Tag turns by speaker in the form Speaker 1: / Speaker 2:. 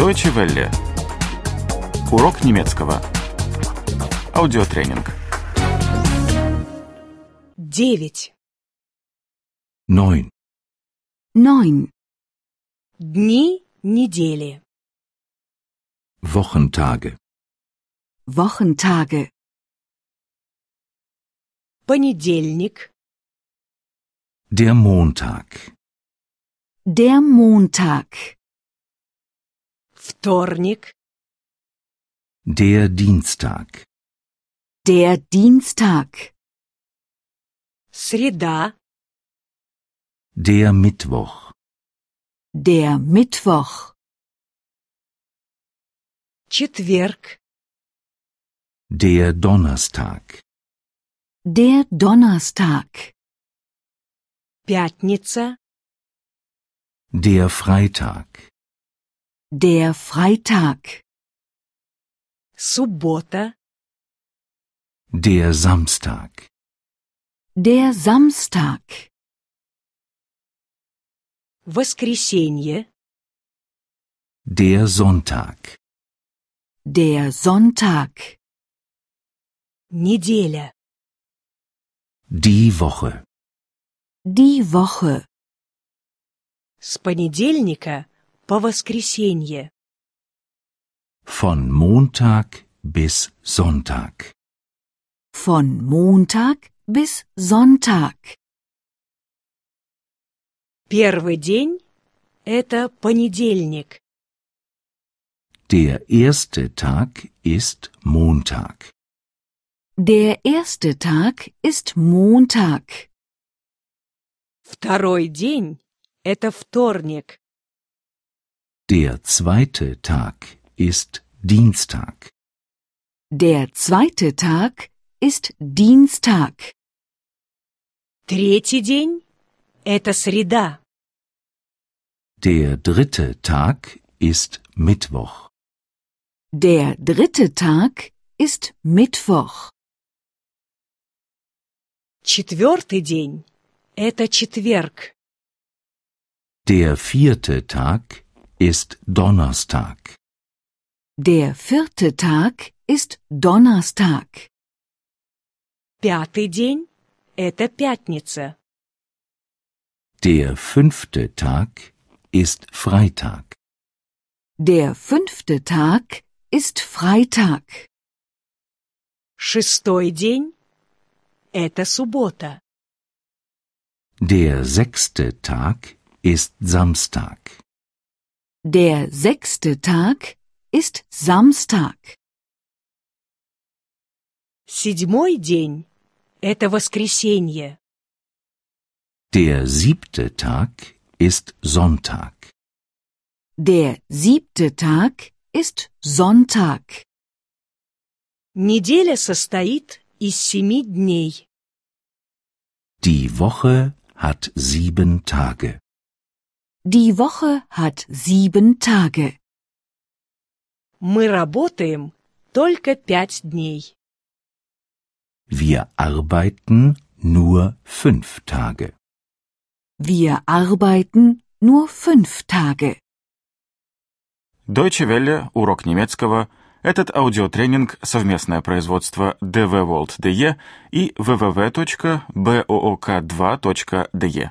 Speaker 1: Deutsche Welle. Урок немецкого. Аудиотренинг.
Speaker 2: 9.
Speaker 3: 9.
Speaker 4: 9.
Speaker 2: Дни недели.
Speaker 3: Wochentage.
Speaker 4: Wochentage.
Speaker 2: Понедельник,
Speaker 3: Der Montag.
Speaker 4: Der Montag.
Speaker 2: вторник,
Speaker 3: Der Dienstag.
Speaker 4: Der Dienstag.
Speaker 2: среда,
Speaker 3: Der Mittwoch.
Speaker 4: Der Mittwoch.
Speaker 2: четверг,
Speaker 3: Der Donnerstag.
Speaker 4: Der Donnerstag.
Speaker 2: пятница,
Speaker 3: Der Freitag.
Speaker 4: Der Freitag.
Speaker 2: суббота,
Speaker 3: Der Samstag.
Speaker 4: Der Samstag.
Speaker 2: воскресенье,
Speaker 3: Der Sonntag.
Speaker 4: Der Sonntag.
Speaker 2: неделя.
Speaker 3: Die Woche.
Speaker 4: Die Woche.
Speaker 2: С понедельника по воскресенье.
Speaker 3: Von Montag bis Sonntag.
Speaker 4: Von Montag bis Sonntag.
Speaker 2: Первый день – это понедельник.
Speaker 3: Der erste Tag ist Montag.
Speaker 4: Der erste Tag ist Montag.
Speaker 2: Второй день – это вторник.
Speaker 3: Der zweite Tag ist Dienstag.
Speaker 4: Der zweite Tag ist Dienstag.
Speaker 2: Третий день – это среда.
Speaker 3: Der dritte Tag ist Mittwoch.
Speaker 4: Der dritte Tag ist Mittwoch.
Speaker 2: Четвертый день – это четверг.
Speaker 3: Der vierte Tag ist Donnerstag.
Speaker 4: Der vierte Tag ist Donnerstag.
Speaker 2: Пятый день – это пятница.
Speaker 3: Der fünfte Tag ist Freitag.
Speaker 4: Der fünfte Tag ist Freitag.
Speaker 2: Шестой день – это суббота.
Speaker 3: Der sechste Tag ist Samstag.
Speaker 4: Der sechste Tag ist Samstag.
Speaker 2: Седьмой день – это воскресенье.
Speaker 3: Der siebte Tag ist Sonntag.
Speaker 4: Der siebte Tag ist Sonntag.
Speaker 2: Неделя состоит из семи дней.
Speaker 3: Die Woche hat sieben Tage.
Speaker 4: Die Woche hat sieben Tage.
Speaker 2: Мы работаем только пять дней.
Speaker 3: Wir arbeiten nur fünf Tage.
Speaker 4: Wir arbeiten nur fünf Tage.
Speaker 1: Deutsche Welle. Урок немецкого. Этот аудиотренинг – совместное производство DW World DE и www.book2.de.